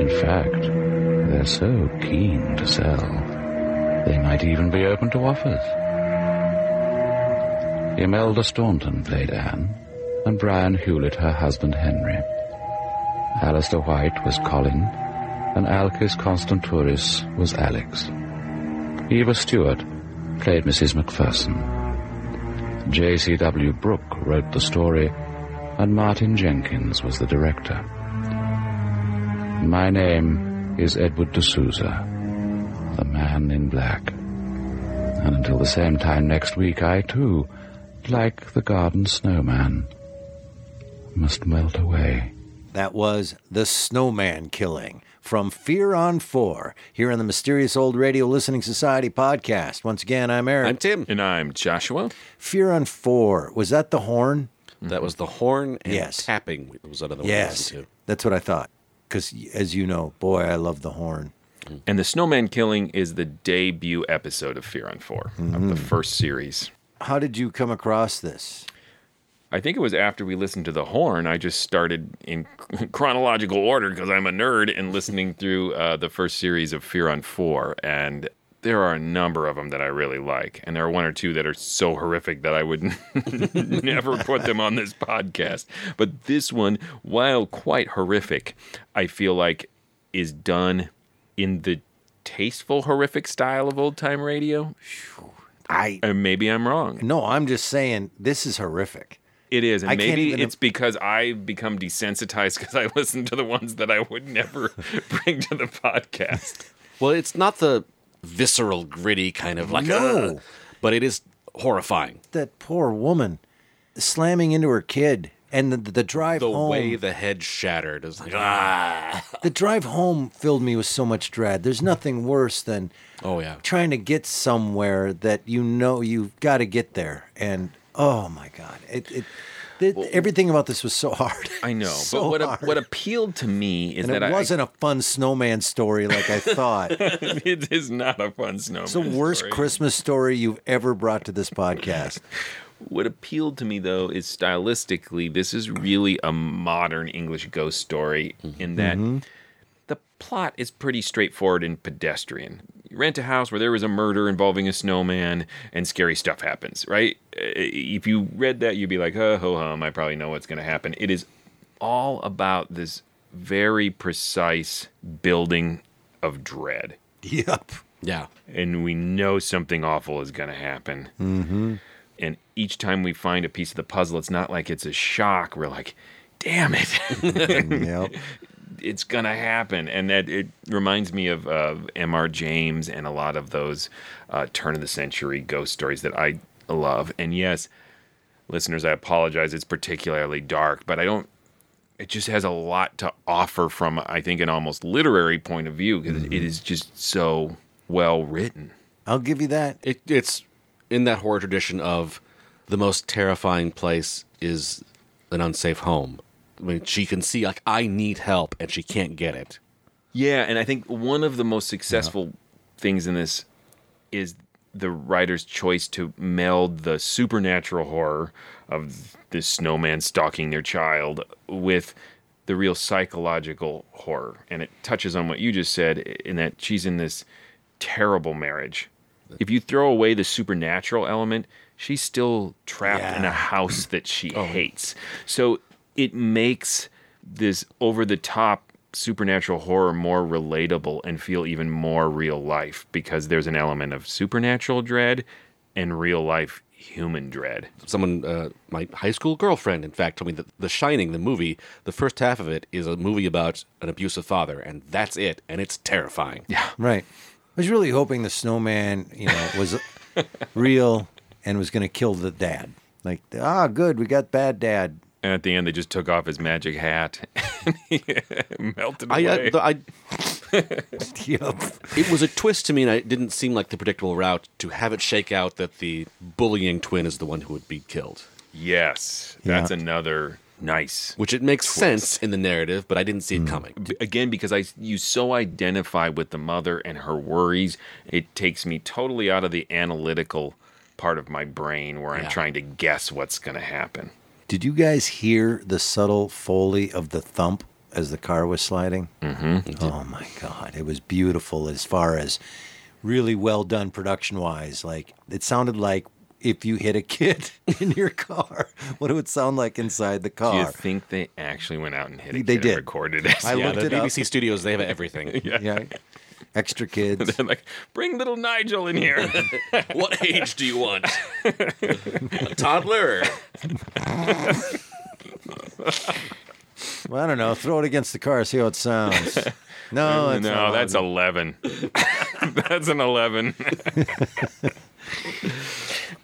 Speaker 5: In fact, they're so keen to sell, they might even be open to offers. Imelda Staunton played Anne, and Brian Hewlett her husband Henry. Alistair White was Colin, and Alkis Constanturis was Alex. Eva Stewart played Mrs. Macpherson. J.C.W. Brooke wrote the story, and Martin Jenkins was the director. My name is Edward D'Souza, the man in black. And until the same time next week, I too, like the garden snowman, must melt away.
Speaker 2: That was The Snowman Killing from Fear on Four here on the Mysterious Old Radio Listening Society podcast. Once again, I'm Eric.
Speaker 3: I'm Tim.
Speaker 4: And I'm Joshua.
Speaker 2: Fear on Four. Was that the horn?
Speaker 3: That was the horn and
Speaker 2: Yes.
Speaker 3: tapping was another one I
Speaker 2: Yes.
Speaker 3: listened to.
Speaker 2: That's what I thought. Because, as you know, boy, I love the horn.
Speaker 4: And the Snowman Killing is the debut episode of Fear on 4 of the first series.
Speaker 2: How did you come across this?
Speaker 4: I think it was after we listened to the horn. I just started in chronological order because I'm a nerd and listening through uh, the first series of Fear on Four. And there are a number of them that I really like, and there are one or two that are so horrific that I would never put them on this podcast. But this one, while quite horrific, I feel like is done in the tasteful horrific style of old time radio.
Speaker 2: I
Speaker 4: and maybe I'm wrong.
Speaker 2: No, I'm just saying this is horrific.
Speaker 4: It is, and
Speaker 2: I can't
Speaker 4: maybe
Speaker 2: even-
Speaker 4: it's because I've become desensitized because I listen to the ones that I would never bring to the podcast.
Speaker 3: Well, it's not the visceral, gritty kind of like,
Speaker 2: No.
Speaker 3: "Ugh," but it is horrifying.
Speaker 2: That poor woman slamming into her kid and the, the drive
Speaker 3: The
Speaker 2: home.
Speaker 3: way the head shattered is like, ah.
Speaker 2: The drive home filled me with so much dread. There's nothing worse than
Speaker 3: Oh, yeah.
Speaker 2: trying to get somewhere that you know you've got to get there. And oh my God, it, it th- everything about this was so hard.
Speaker 4: I know,
Speaker 2: So
Speaker 4: but what,
Speaker 2: hard.
Speaker 4: what appealed to me is
Speaker 2: and
Speaker 4: that
Speaker 2: it
Speaker 4: I-
Speaker 2: wasn't a fun snowman story like I thought.
Speaker 4: I, it is not a fun snowman.
Speaker 2: It's the worst
Speaker 4: story.
Speaker 2: Christmas story you've ever brought to this podcast.
Speaker 4: What appealed to me though is stylistically, this is really a modern English ghost story in that the plot is pretty straightforward and pedestrian. You rent a house where there was a murder involving a snowman and scary stuff happens, right? Uh, If you read that, you'd be like, oh, ho hum, I probably know what's going to happen. It is all about this very precise building of dread.
Speaker 2: Yep.
Speaker 3: Yeah.
Speaker 4: And we know something awful is going to happen.
Speaker 2: Mm-hmm.
Speaker 4: And each time we find a piece of the puzzle, it's not like it's a shock. We're like, damn it.
Speaker 2: yep.
Speaker 4: it's gonna happen, and that it reminds me of uh, M.R. James and a lot of those uh, turn of the century ghost stories that I love. And yes, listeners, I apologize; it's particularly dark, but I don't. It just has a lot to offer from, I think, an almost literary point of view because is just so well written.
Speaker 2: I'll give you that.
Speaker 3: It, it's in that horror tradition of the most terrifying place is an unsafe home. When she can see, like, I need help and she can't get it.
Speaker 4: Yeah, and I think one of the most successful things in this is the writer's choice to meld the supernatural horror of this snowman stalking their child with the real psychological horror. And it touches on what you just said in that she's in this terrible marriage. If you throw away the supernatural element, she's still trapped in a house that she hates. So it makes this over the top supernatural horror more relatable and feel even more real life because there's an element of supernatural dread and real life human dread.
Speaker 3: someone, uh, my high school girlfriend, in fact, told me that The Shining, the movie, the first half of it is a movie about an abusive father, and that's it, and it's terrifying. Yeah.
Speaker 2: Right. I was really hoping the snowman, you know, was real and was going to kill the dad. Like, ah, good, we got bad dad.
Speaker 4: And at the end, they just took off his magic hat and he melted
Speaker 3: I, uh,
Speaker 4: away.
Speaker 3: I, I
Speaker 2: yep.
Speaker 3: It was a twist to me, and it didn't seem like the predictable route to have it shake out that the bullying twin is the one who would be killed.
Speaker 4: Yes, that's another nice.
Speaker 3: Which it makes sense in the narrative, but I didn't see it coming.
Speaker 4: B- Again, because I you so identify with the mother and her worries, it takes me totally out of the analytical part of my brain where I'm trying to guess what's going to happen.
Speaker 2: Did you guys hear the subtle foley of the thump as the car was sliding? Mm-hmm. Oh my God. It was beautiful as far as really well done production wise. Like, it sounded like if you hit a kid in your car, what it would sound like inside the
Speaker 4: Do you
Speaker 2: car.
Speaker 4: think they actually went out and hit it?
Speaker 2: They did.
Speaker 4: Recorded it.
Speaker 2: I looked it up.
Speaker 3: BBC studios, they have everything.
Speaker 4: yeah.
Speaker 2: Extra kids.
Speaker 4: They're like, bring little Nigel in here.
Speaker 3: what age do you want? a toddler?
Speaker 2: Well, I don't know. Throw it against the car, see how it sounds. No, it's
Speaker 4: no,
Speaker 2: not.
Speaker 4: that's 11. that's an 11.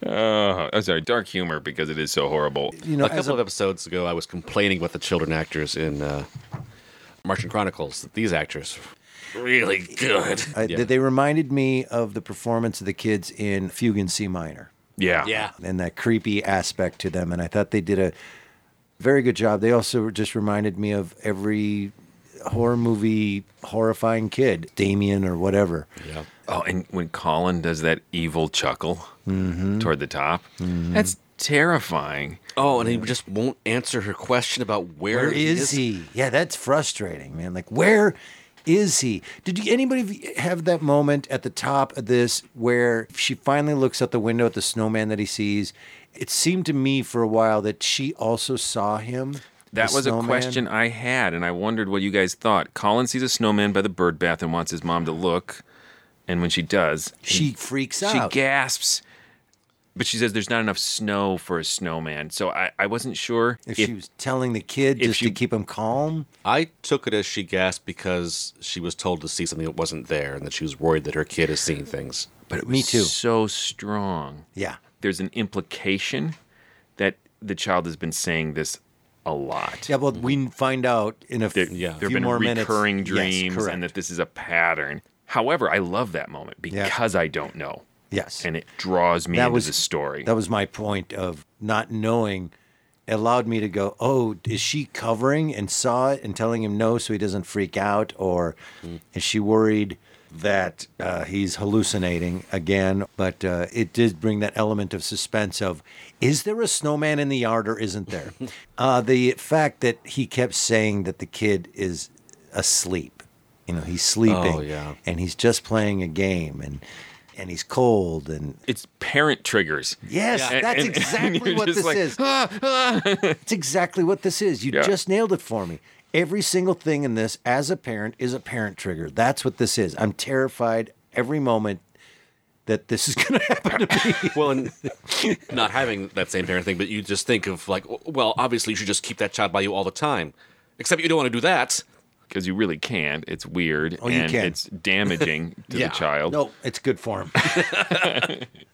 Speaker 4: Oh, I'm sorry, dark humor because it is so horrible.
Speaker 2: You know,
Speaker 3: a
Speaker 2: as
Speaker 3: couple of episodes ago, I was complaining about the children actors in uh, Martian Chronicles. that These actors, really good.
Speaker 2: I,
Speaker 3: Yeah.
Speaker 2: They reminded me of the performance of the kids in Fugue in C minor.
Speaker 4: Yeah.
Speaker 3: yeah,
Speaker 2: and that creepy aspect to them. And I thought they did a very good job. They also just reminded me of every horror movie horrifying kid, Damien or whatever.
Speaker 3: yeah.
Speaker 4: Oh, and when Colin does that evil chuckle
Speaker 2: Mm-hmm.
Speaker 4: toward the top, that's terrifying.
Speaker 3: Oh, and he just won't answer her question about where,
Speaker 2: Where is he? Yeah, that's frustrating, man. Like, where is he? Did you, anybody of you have that moment at the top of this where she finally looks out the window at the snowman that he sees? It seemed to me for a while that she also saw him.
Speaker 4: That
Speaker 2: the
Speaker 4: was a
Speaker 2: snowman.
Speaker 4: question I had, and I wondered what you guys thought. Colin sees a snowman by the bird bath and wants his mom to look, and when she does,
Speaker 2: She freaks
Speaker 4: she
Speaker 2: out.
Speaker 4: gasps. But she says there's not enough snow for a snowman, so I, I wasn't sure
Speaker 2: if she was telling the kid
Speaker 4: if
Speaker 2: just
Speaker 4: she-
Speaker 2: to keep him calm.
Speaker 3: I took it as she gasped because she was told to see something that wasn't there, and that she was worried that her kid is seeing things.
Speaker 2: But me too.
Speaker 4: so strong.
Speaker 2: Yeah.
Speaker 4: There's an implication that the child has been saying this a lot.
Speaker 2: Yeah, well, we find out in a
Speaker 4: that
Speaker 2: few,
Speaker 3: yeah.
Speaker 4: there
Speaker 2: few
Speaker 4: have been
Speaker 2: more
Speaker 4: recurring
Speaker 2: minutes.
Speaker 4: dreams
Speaker 2: yes,
Speaker 4: and
Speaker 2: correct.
Speaker 4: that this is a pattern. However, I love that moment
Speaker 2: Yeah.
Speaker 4: because I don't know.
Speaker 2: yes,
Speaker 4: And it draws me
Speaker 2: That
Speaker 4: into
Speaker 2: was-
Speaker 4: the story.
Speaker 2: that was my point of not knowing. It allowed me to go, oh, is she covering and saw it and telling him no so he doesn't freak out, or
Speaker 4: Mm-hmm.
Speaker 2: is she worried that uh, he's hallucinating again? But uh, it did bring that element of suspense of, is there a snowman in the yard or isn't there? uh, the fact that he kept saying that the kid is asleep, you know,
Speaker 4: Oh,
Speaker 2: he's sleeping,
Speaker 3: yeah.
Speaker 2: and he's just playing a game, and and he's cold, and
Speaker 4: it's parent triggers.
Speaker 2: Yes,
Speaker 4: And-
Speaker 2: that's
Speaker 4: and- and
Speaker 2: exactly
Speaker 4: you're
Speaker 2: what
Speaker 4: just
Speaker 2: this
Speaker 4: like, "Ah,
Speaker 2: is. It's exactly what this is. You
Speaker 4: Yeah.
Speaker 2: just nailed it for me. Every single thing in this, as a parent, is a parent trigger. That's what this is. I'm terrified every moment that this is going to happen to me.
Speaker 3: Well, and not having that same parent thing, but you just think of like, well, obviously you should just keep that child by you all the time, except you don't want to do that.
Speaker 4: Because you really can't. It's weird.
Speaker 2: Oh,
Speaker 4: and
Speaker 2: you can.
Speaker 4: it's damaging to
Speaker 3: Yeah.
Speaker 4: the child.
Speaker 2: No, it's good for him.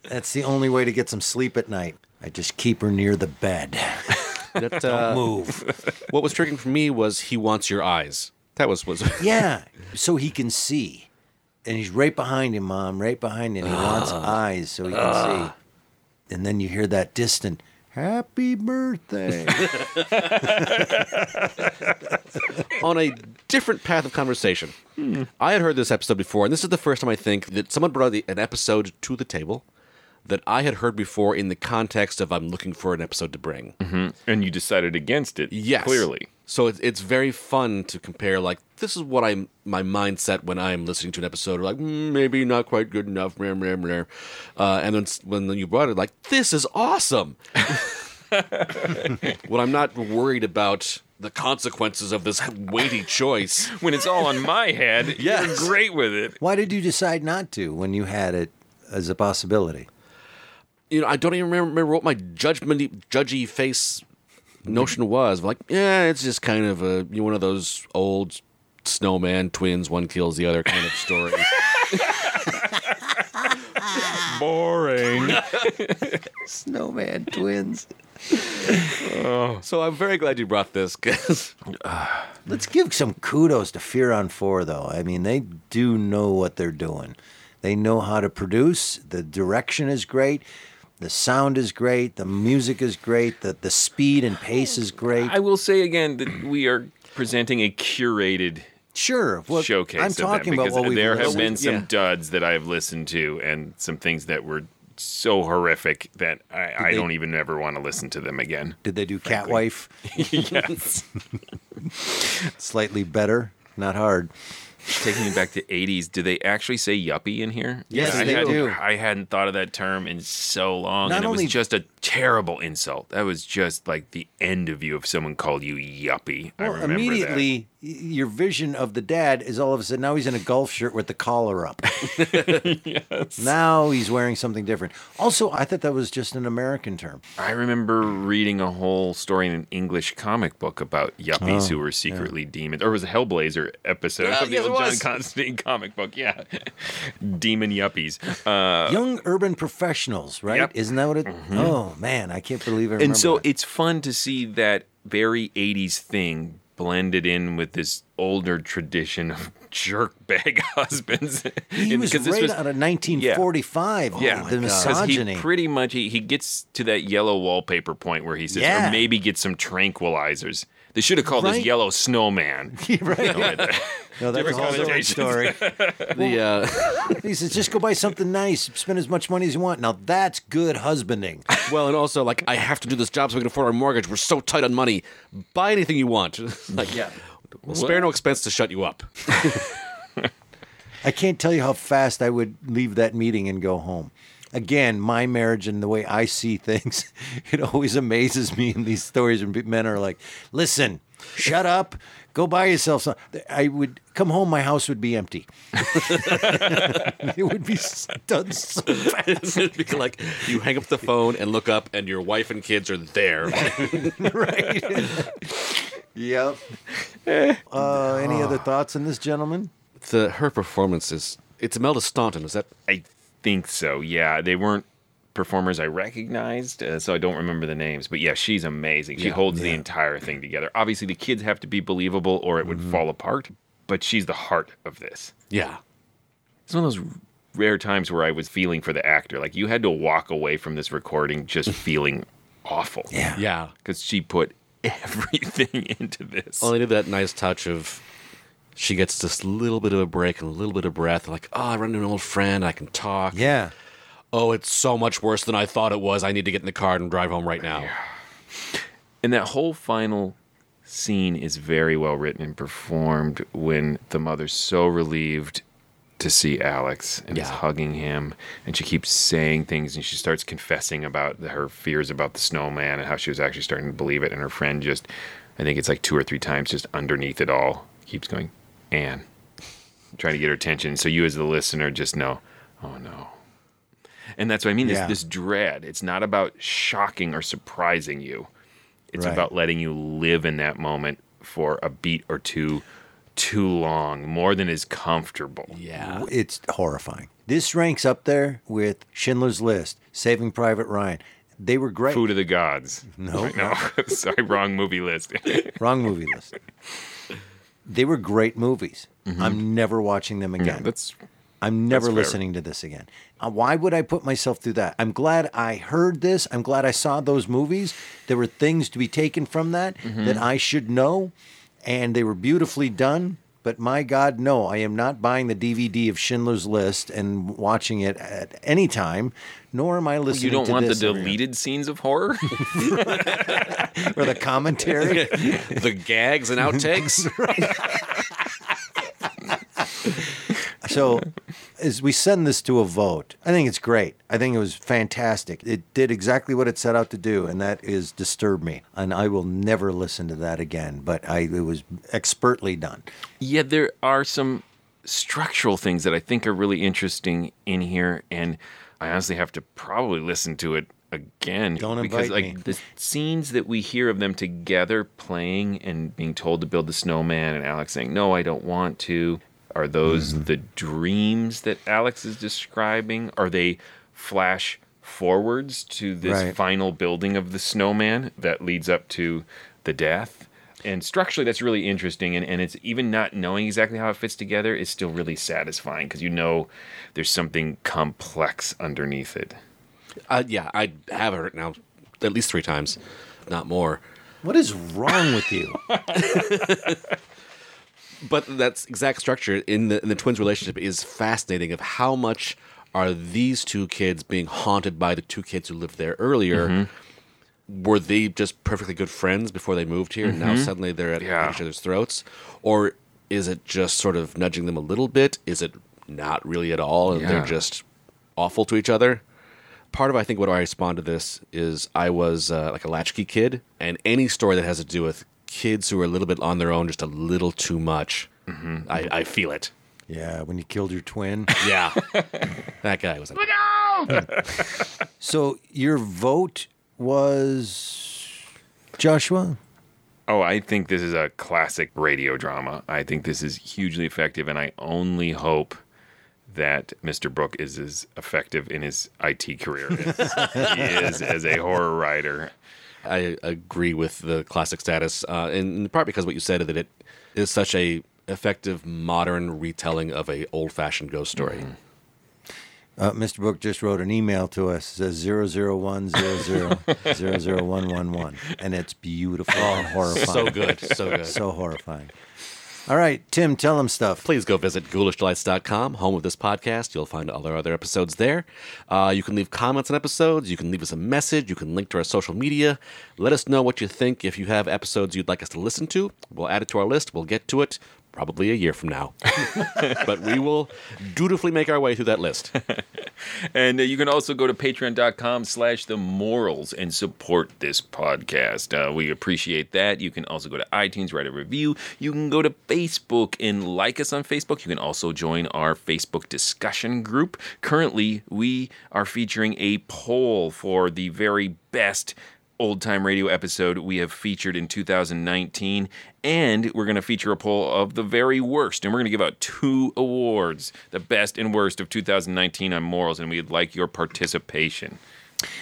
Speaker 2: that's the only way to get some sleep at night. I just keep her near the bed.
Speaker 3: That, uh,
Speaker 2: Move.
Speaker 3: what was triggering for me was he wants your eyes. That was was
Speaker 2: yeah, so he can see. And he's right behind him, Mom, right behind him. He wants
Speaker 4: Ah.
Speaker 2: eyes so he can see. And then you hear that distant, Happy birthday.
Speaker 3: on a different path of conversation. I had heard this episode before, and this is the first time I think that someone brought the- an episode to the table that I had heard before in the context of I'm looking for an episode to bring.
Speaker 4: And you decided against it.
Speaker 3: Yes,
Speaker 4: Clearly.
Speaker 3: So it's it's very fun to compare. Like this is what I'm my mindset when I'm listening to an episode. Like "Mm, maybe not quite good enough. Blah, blah, blah." Uh, and then s- when you brought it, like this is awesome. when I'm not worried about the consequences of this weighty choice.
Speaker 4: When it's all on my head,
Speaker 3: Yes.
Speaker 4: you're great with it.
Speaker 2: Why did you decide not to when you had it as a possibility?
Speaker 3: you know, I don't even remember, remember what my judgment judgy face notion was. Like, yeah, it's just kind of a you know, one of those old snowman twins, one kills the other kind of story.
Speaker 4: Boring.
Speaker 2: Snowman twins.
Speaker 3: So I'm very glad you brought this because
Speaker 2: Let's give some kudos to Fear on Four, though. I mean, they do know what they're doing. They know how to produce. The direction is great. The sound is great. The music is great. The the speed and pace is great.
Speaker 4: I will say again that we are presenting a curated
Speaker 2: sure
Speaker 4: showcase.
Speaker 2: I'm
Speaker 4: of
Speaker 2: talking
Speaker 4: them
Speaker 2: about
Speaker 4: because
Speaker 2: what we've
Speaker 4: there have
Speaker 2: listened-
Speaker 4: been some
Speaker 2: yeah.
Speaker 4: duds that I've listened to and some things that were so horrific that I, I
Speaker 2: they-
Speaker 4: don't even ever want to listen to them again.
Speaker 2: Did they do Catwife?
Speaker 4: yes.
Speaker 2: Slightly better, not hard.
Speaker 4: Taking it back to 80s, do they actually say yuppie in here?
Speaker 2: Yes,
Speaker 4: I
Speaker 2: they
Speaker 4: hadn't-
Speaker 2: do.
Speaker 4: I hadn't thought of that term in so long.
Speaker 2: Not
Speaker 4: and it
Speaker 2: only-
Speaker 4: was just a terrible insult. That was just like the end of you if someone called you yuppie. I
Speaker 2: Well,
Speaker 4: remember that.
Speaker 2: immediately, y- your vision of the dad is all of a sudden now he's in a golf shirt with the collar up. Now he's wearing something different. Also, I thought that was just an American term.
Speaker 4: I remember reading a whole story in an English comic book about yuppies
Speaker 2: Oh,
Speaker 4: who were
Speaker 2: yeah.
Speaker 4: secretly demons, or it was a Hellblazer episode
Speaker 2: Yeah,
Speaker 4: of the
Speaker 2: yes, it
Speaker 4: old John
Speaker 2: was.
Speaker 4: Constantine comic book. Yeah, demon yuppies. Uh,
Speaker 2: Young urban professionals, right?
Speaker 4: Yep.
Speaker 2: Isn't that what it?
Speaker 4: Mhm.
Speaker 2: Oh man, I can't believe I remember.
Speaker 4: and so
Speaker 2: that.
Speaker 4: it's fun to see that very '80s thing blended in with this older tradition of jerkbag husbands.
Speaker 2: he
Speaker 4: And-
Speaker 2: was
Speaker 4: 'cause this
Speaker 2: right out of 1945.
Speaker 4: yeah, Oh
Speaker 2: the misogyny.
Speaker 4: he pretty much he, he gets to that yellow wallpaper point where he says,
Speaker 2: Yeah.
Speaker 4: or maybe get some tranquilizers. They should have called
Speaker 2: Right.
Speaker 4: this yellow snowman. right.
Speaker 2: no, that was
Speaker 4: Different
Speaker 2: also a
Speaker 4: connotations.
Speaker 2: story.
Speaker 3: the uh,
Speaker 2: he says, "Just go buy something nice. Spend as much money as you want." Now that's good husbanding.
Speaker 3: well, and also like I have to do this job so we can afford our mortgage. We're so tight on money. Buy anything you want. like yeah, we'll spare no expense to shut you up.
Speaker 2: I can't tell you how fast I would leave that meeting and go home. Again, my marriage and the way I see things, it always amazes me in these stories when men are like, listen, shut up, go buy yourself some. I would come home, my house would be empty. it would be done so fast.
Speaker 3: It'd be like you hang up the phone and look up, and your wife and kids are there.
Speaker 2: Yep. Uh, any other thoughts on this gentleman?
Speaker 3: the her performance is it's Imelda Staunton. Is that
Speaker 4: I think so. Yeah, they weren't performers I recognized, uh, so I don't remember the names. But yeah, she's amazing. She
Speaker 3: Yeah.
Speaker 4: holds the entire thing together. Obviously, the kids have to be believable, or it would
Speaker 3: Mm-hmm.
Speaker 4: fall apart. But she's the heart of this.
Speaker 3: yeah?
Speaker 4: It's one of those rare times where I was feeling for the actor. Like you had to walk away from this recording just feeling awful. Yeah,
Speaker 3: yeah.
Speaker 4: because she put everything into this.
Speaker 3: Well, they did that nice touch of she gets this little bit of a break and a little bit of breath. Like, oh, I run into an old friend. I can talk.
Speaker 2: Yeah.
Speaker 3: Oh, it's so much worse than I thought it was. I need to get in the car and drive home right now.
Speaker 4: And that whole final scene is very well written and performed when the mother's so relieved to see Alex and is hugging him and she keeps saying things and she starts confessing about the, her fears about the snowman and how she was actually starting to believe it and her friend just I think it's like two or three times just underneath it all keeps going Anne trying to get her attention so you as the listener just know oh no and that's what I mean
Speaker 3: Yeah.
Speaker 4: this this dread it's not about shocking or surprising you it's
Speaker 3: Right.
Speaker 4: about letting you live in that moment for a beat or two too long, more than is comfortable.
Speaker 3: Yeah.
Speaker 2: It's horrifying. This ranks up there with Schindler's List, Saving Private Ryan. They were great.
Speaker 4: Food of the Gods.
Speaker 2: No.
Speaker 4: no. Sorry, wrong movie list.
Speaker 2: Wrong movie list. They were great movies. I'm never watching them again.
Speaker 4: Mm-hmm. that's.
Speaker 2: I'm never
Speaker 4: that's fair.
Speaker 2: listening to this again. Uh, why would I put myself through that? I'm glad I heard this. I'm glad I saw those movies. There were things to be taken from that
Speaker 4: Mm-hmm.
Speaker 18: Mhm.
Speaker 2: that I should know, and they were beautifully done. But my God, no, I am not buying the DVD of Schindler's List and watching it at any time, nor am I listening
Speaker 4: you don't
Speaker 2: to
Speaker 4: want the
Speaker 2: this every-
Speaker 4: deleted scenes of horror?
Speaker 2: or the commentary.
Speaker 3: the gags and outtakes.
Speaker 2: So, as we send this to a vote, I think it's great. I think it was fantastic. It did exactly what it set out to do, and that is disturb me. And I will never listen to that again. But I, it was expertly done.
Speaker 4: Yeah, there are some structural things that I think are really interesting in here, and I honestly have to probably listen to it again. Don't because,
Speaker 2: invite
Speaker 4: like,
Speaker 2: me.
Speaker 4: The scenes that we hear of them together playing and being told to build the snowman, and Alex saying, "No, I don't want to." Are those the dreams that Alex is describing? Are they flash forwards to this
Speaker 2: Right.
Speaker 4: final building of the snowman that leads up to the death. And structurally, that's really interesting. And, and it's even not knowing exactly how it fits together is still really satisfying because you know there's something complex underneath it.
Speaker 3: Uh, yeah, I have heard it now at least three times, not more.
Speaker 2: What is wrong with you?
Speaker 3: but that's exact structure in the in the twins' relationship is fascinating. Of how much are these two kids being haunted by the two kids who lived there earlier? Were they just perfectly good friends before they moved here, and now
Speaker 4: Mhm.
Speaker 3: suddenly they're at each other's throats? Or is it just sort of nudging them a little bit? Is it not really at all, and
Speaker 4: Yeah.
Speaker 3: they're just awful to each other? Part of I think what I respond to this is I was uh, like a latchkey kid, and any story that has to do with kids who are a little bit on their own, just a little too much, I, I feel it.
Speaker 2: Yeah, when you killed your twin.
Speaker 3: Yeah, that guy was. A-
Speaker 2: so your vote was Joshua?
Speaker 4: Oh, I think this is a classic radio drama. I think this is hugely effective, and I only hope that Mr. Brook is as effective in his IT career as he is as a horror writer.
Speaker 3: I agree with the classic status, uh, and in part because what you said that it is such a effective modern retelling of a old fashioned ghost story.
Speaker 2: Uh, Mr. Book just wrote an email to us. It says 001 And it's beautiful and horrifying.
Speaker 3: so good, so good.
Speaker 2: So horrifying. All right, Tim, tell him stuff.
Speaker 3: Please go visit ghoulishdelights.com, home of this podcast. You'll find all our other episodes there. Uh, you can leave comments on episodes. You can leave us a message. You can link to our social media. Let us know what you think. If you have episodes you'd like us to listen to, we'll add it to our list. We'll get to it probably a year from now. but we will dutifully make our way through that list.
Speaker 4: And uh, you can also go to patreon.com slash the morals and support this podcast. Uh, we appreciate that. You can also go to iTunes, write a review. You can go to Facebook and like us on Facebook. You can also join our Facebook discussion group. Currently, we are featuring a poll for the very best old time radio episode we have featured in 2019. And we're going to feature a poll of the very worst. And we're going to give out two awards the best and worst of 2019 on morals. And we'd like your participation.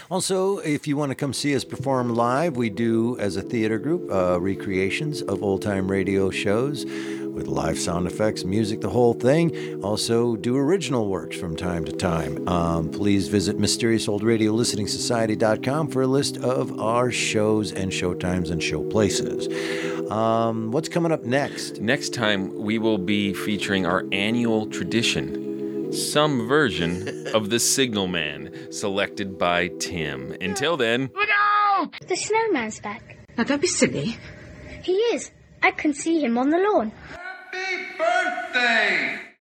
Speaker 2: Also, if you want to come see us perform live, we do, as a theater group, uh, recreations of old time radio shows with live sound effects, music, the whole thing. Also, do original works from time to time. Um, please visit Mysterious Old Radio Listening Society.com for a list of our shows and showtimes and show places. Um, what's coming up next?
Speaker 4: Next time, we will be featuring our annual tradition some version of the signalman selected by Tim. Until then.
Speaker 7: Look out! The snowman's back.
Speaker 19: Now, don't be silly.
Speaker 7: He is. I can see him on the lawn.
Speaker 18: birthday!